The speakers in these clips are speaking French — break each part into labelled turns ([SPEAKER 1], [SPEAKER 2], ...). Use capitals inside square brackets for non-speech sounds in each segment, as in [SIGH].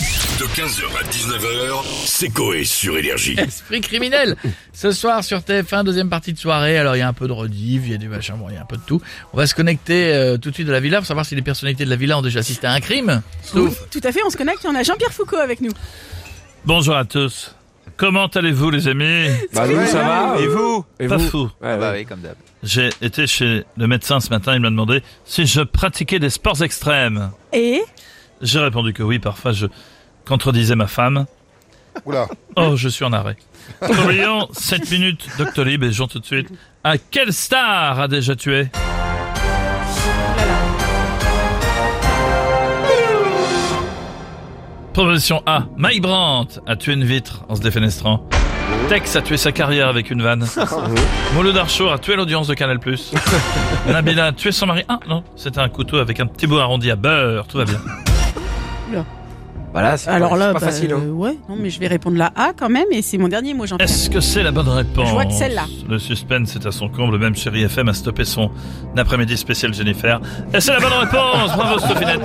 [SPEAKER 1] De 15h à 19h, c'est Coé sur Énergie.
[SPEAKER 2] [LAUGHS] Esprit criminel Ce soir sur TF1, deuxième partie de soirée. Alors il y a un peu de rediff, il y a du machin, bon, il y a un peu de tout. On va se connecter euh, tout de suite de la villa pour savoir si les personnalités de la villa ont déjà assisté à un crime.
[SPEAKER 3] Oui,
[SPEAKER 2] Stouff.
[SPEAKER 3] tout à fait, on se connecte, on a Jean-Pierre Foucault avec nous.
[SPEAKER 4] Bonjour à tous. Comment allez-vous les amis
[SPEAKER 5] Bah nous, ça va Et vous Ah bah Et
[SPEAKER 4] Pas
[SPEAKER 5] vous
[SPEAKER 4] fou.
[SPEAKER 5] Ouais, ouais.
[SPEAKER 4] J'ai été chez le médecin ce matin, il m'a demandé si je pratiquais des sports extrêmes.
[SPEAKER 3] Et
[SPEAKER 4] J'ai répondu que oui, parfois je contredisais ma femme.
[SPEAKER 6] Oula.
[SPEAKER 4] Oh, je suis en arrêt. Oublions 7 minutes d'Octolib et Jean tout de suite. À quelle star a déjà tué Proposition A. Mike Brandt a tué une vitre en se défenestrant. Tex a tué sa carrière avec une vanne. Mouloud Archour a tué l'audience de Canal+. Nabila a tué son mari. Ah non, c'était un couteau avec un petit bout arrondi à beurre. Tout va bien.
[SPEAKER 5] Voilà, c'est
[SPEAKER 3] alors
[SPEAKER 5] pas,
[SPEAKER 3] là,
[SPEAKER 5] c'est pas
[SPEAKER 3] bah,
[SPEAKER 5] facile. hein.
[SPEAKER 3] euh, ouais, non, mais je vais répondre la A quand même, et c'est mon dernier mot, Jean-Pierre.
[SPEAKER 4] Est-ce que c'est la bonne réponse
[SPEAKER 3] Je vois que celle-là.
[SPEAKER 4] Le suspense est à son comble. Même Chéri FM a stoppé son après-midi spécial Jennifer. Et c'est la bonne réponse
[SPEAKER 3] [LAUGHS]
[SPEAKER 4] Bravo Stophinette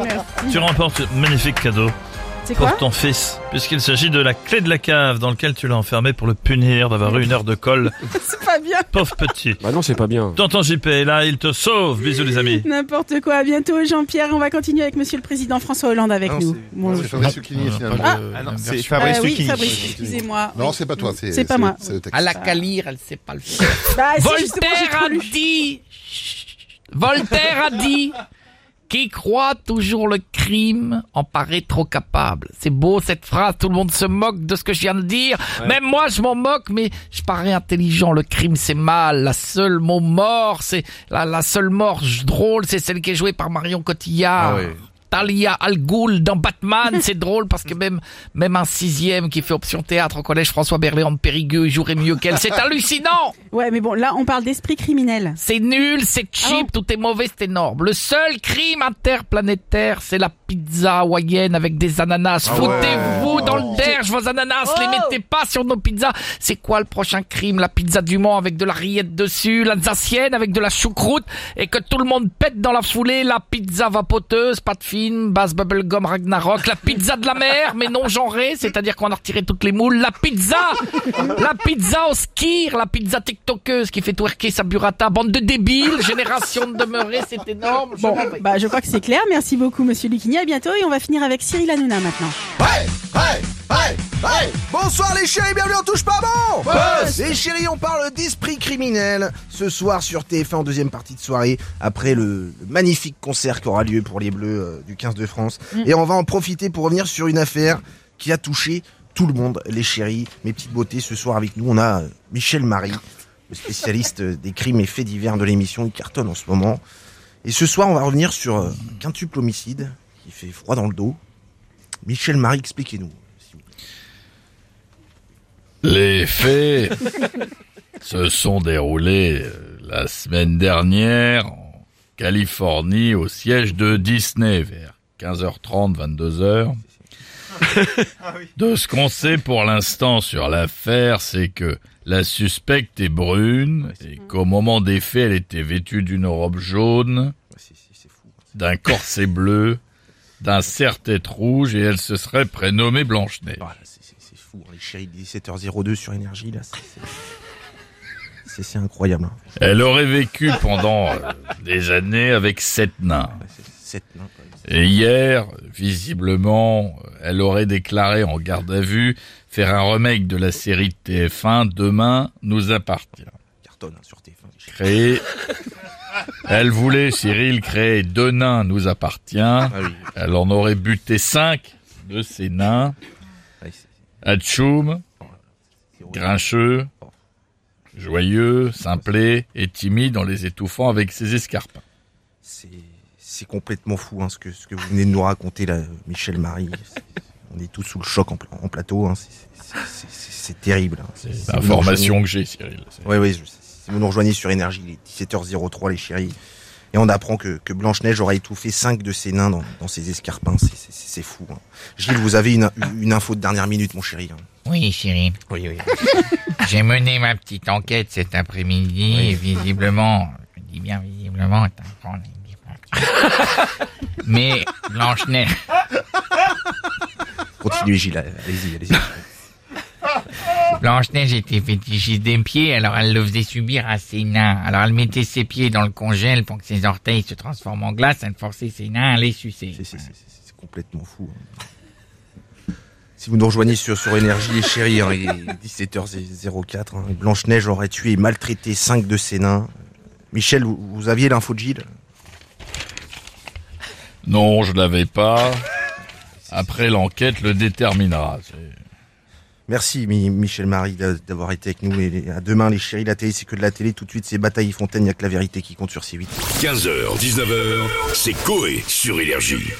[SPEAKER 4] Tu remportes un magnifique cadeau
[SPEAKER 3] C'est
[SPEAKER 4] pour
[SPEAKER 3] quoi
[SPEAKER 4] ton fils, puisqu'il s'agit de la clé de la cave dans laquelle tu l'as enfermé pour le punir d'avoir eu une heure de colle.
[SPEAKER 3] [LAUGHS] C'est pas bien,
[SPEAKER 4] Pauvre petit
[SPEAKER 5] Bah non, c'est pas bien.
[SPEAKER 4] Tonton JP est là, il te sauve Bisous les amis
[SPEAKER 3] n'importe quoi, à bientôt Jean-Pierre, on va continuer avec Monsieur le Président François Hollande avec
[SPEAKER 6] Non,
[SPEAKER 3] nous.
[SPEAKER 6] c'est-
[SPEAKER 3] Bonjour.
[SPEAKER 6] C'est Fabrice
[SPEAKER 4] Non,
[SPEAKER 6] Lucchini,
[SPEAKER 4] non,
[SPEAKER 6] finalement.
[SPEAKER 2] Pas de-
[SPEAKER 7] Ah non,
[SPEAKER 2] même
[SPEAKER 7] c'est
[SPEAKER 2] version.
[SPEAKER 7] Fabrice
[SPEAKER 3] Ah oui,
[SPEAKER 7] Lucchini.
[SPEAKER 3] Fabrice, excusez-moi.
[SPEAKER 6] Non, c'est pas toi, c'est
[SPEAKER 3] C'est pas moi. Ah,
[SPEAKER 6] C'est le texte.
[SPEAKER 2] À la calire, elle sait pas le faire.
[SPEAKER 3] Bah, si, justement, j'ai
[SPEAKER 2] Voltaire
[SPEAKER 3] trop
[SPEAKER 2] a
[SPEAKER 3] lu.
[SPEAKER 2] dit Voltaire a dit qui croit toujours le crime en paraît trop capable. C'est beau cette phrase, tout le monde se moque de ce que je viens de dire. Même moi je m'en moque, mais je parais intelligent. Le crime c'est mal. La seule mot mort, c'est la, la seule mort drôle, c'est celle qui est jouée par Marion Cotillard. Talia Al Ghul dans Batman, c'est drôle parce que même même un sixième qui fait option théâtre au collège François Berléand de Périgueux il jouerait mieux qu'elle. C'est hallucinant.
[SPEAKER 3] Ouais, mais bon, là, on parle d'esprit criminel.
[SPEAKER 2] C'est nul, c'est cheap, tout est mauvais, c'est énorme. Le seul crime interplanétaire, c'est la pizza hawaïenne avec des ananas.
[SPEAKER 8] Ah
[SPEAKER 2] Foutez-vous dans le derge vos ananas, les mettez pas sur nos pizzas. C'est quoi le prochain crime La pizza du Mans avec de la rillette dessus, l'alsacienne avec de la choucroute et que tout le monde pète dans la foulée. La pizza vapoteuse, pâte fine, base bubblegum Ragnarok. La pizza de la mer, mais non genrée, c'est-à-dire qu'on a retiré toutes les moules. La pizza La pizza au skir, la pizza tiktokeuse qui fait twerker sa burrata. Bande de débiles, génération de demeurés, c'est énorme.
[SPEAKER 3] Bon, bah, je crois que c'est clair, merci beaucoup Monsieur Lucchini, à bientôt, et on va finir avec Cyril Hanouna maintenant.
[SPEAKER 9] Bonsoir les chéris, bienvenue on Touche pas bon Boss Les chéris, on parle d'esprit criminel ce soir sur TF1 en deuxième partie de soirée après le, le magnifique concert qui aura lieu pour les Bleus euh, du 15 de France. Et on va en profiter pour revenir sur une affaire qui a touché tout le monde, les chéris, mes petites beautés. Ce soir avec nous, on a euh, Michel Marie, le spécialiste euh, des crimes et faits divers de l'émission. Il cartonne en ce moment. Et ce soir, on va revenir sur euh, un quintuple homicide qui fait froid dans le dos. Michel Marie, expliquez-nous.
[SPEAKER 8] Les faits se sont déroulés euh, la semaine dernière en Californie au siège de Disney vers 15h30, 22h. De ce qu'on sait pour l'instant sur l'affaire, c'est que la suspecte est brune et qu'au moment des faits, elle était vêtue d'une robe jaune,
[SPEAKER 9] hein.
[SPEAKER 8] d'un corset bleu, d'un serre-tête rouge et elle se serait prénommée Blanche-Neige.
[SPEAKER 9] Ah, là, c'est- c'est c'est fou, hein, les chéris de 17h02 sur énergie, là, c'est- c'est- c'est c'est incroyable. hein.
[SPEAKER 8] Elle aurait vécu pendant euh, des années avec sept nains.
[SPEAKER 9] Ouais, c'est- cette- non, quoi.
[SPEAKER 8] Et hier, visiblement, elle aurait déclaré en garde à vue faire un remake de la série de TF1 Demain nous appartient.
[SPEAKER 9] cartonne hein, sur TF1. les chéris.
[SPEAKER 8] Créée. Elle voulait, Cyril, créer deux nains nous appartient.
[SPEAKER 9] Ah oui,
[SPEAKER 8] Elle en aurait buté cinq de ces nains.
[SPEAKER 9] ouais, c'est-
[SPEAKER 8] Hatchoum,
[SPEAKER 9] c'est horrible.
[SPEAKER 8] grincheux, joyeux, simplé et timide en les étouffant avec ses escarpins.
[SPEAKER 9] C'est c'est complètement fou hein, ce, que, ce que vous venez de nous raconter, là, Michel Marie. C'est- On est tous sous le choc en, pla- en plateau. hein, c'est- c'est- C'est c'est- c'est terrible. hein.
[SPEAKER 8] C'est
[SPEAKER 9] C'est-
[SPEAKER 8] l'information que j'ai, Cyril. C'est-
[SPEAKER 9] Oui, oui, je- si vous nous rejoignez sur Énergie, il est 17h03, les chéris. Et on apprend que, que Blanche-Neige aura étouffé cinq de ses nains dans, dans ses escarpins. C'est- C'est c'est- c'est fou. hein. Gilles, vous avez une, une info de dernière minute, mon chéri. hein.
[SPEAKER 10] Oui, chérie.
[SPEAKER 9] Oui, oui.
[SPEAKER 10] J'ai mené ma petite enquête cet après-midi et visiblement, je dis bien visiblement, t'as un grand nez,
[SPEAKER 8] [LAUGHS]
[SPEAKER 10] Mais Blanche-Neige.
[SPEAKER 9] Continuez, Gilles. Allez-y, allez-y.
[SPEAKER 8] Blanche-Neige était fétichiste des pieds, alors elle le faisait subir à ses nains. Alors elle mettait ses pieds dans le congèle pour que ses orteils se transforment en glace, elle forçait ses nains à les sucer.
[SPEAKER 9] C'est- C'est c'est- c'est- c'est complètement fou. hein. [LAUGHS] Si vous nous rejoignez sur, sur Énergie, les chéris, hein, il est 17h04. hein. Blanche-Neige aurait tué et maltraité 5 de ses nains. Michel, vous, vous aviez l'info de Gilles
[SPEAKER 11] Non, je l'avais pas. Après l'enquête le déterminera. C'est-
[SPEAKER 9] Merci Mi- Michel-Marie d'a- d'avoir été avec nous. Et, les- à demain, les chéris, la télé, c'est que de la télé. Tout de suite, c'est Bataille Fontaine, il n'y a que la vérité qui compte sur C8.
[SPEAKER 1] 15h, 19h, c'est Coé sur Énergie.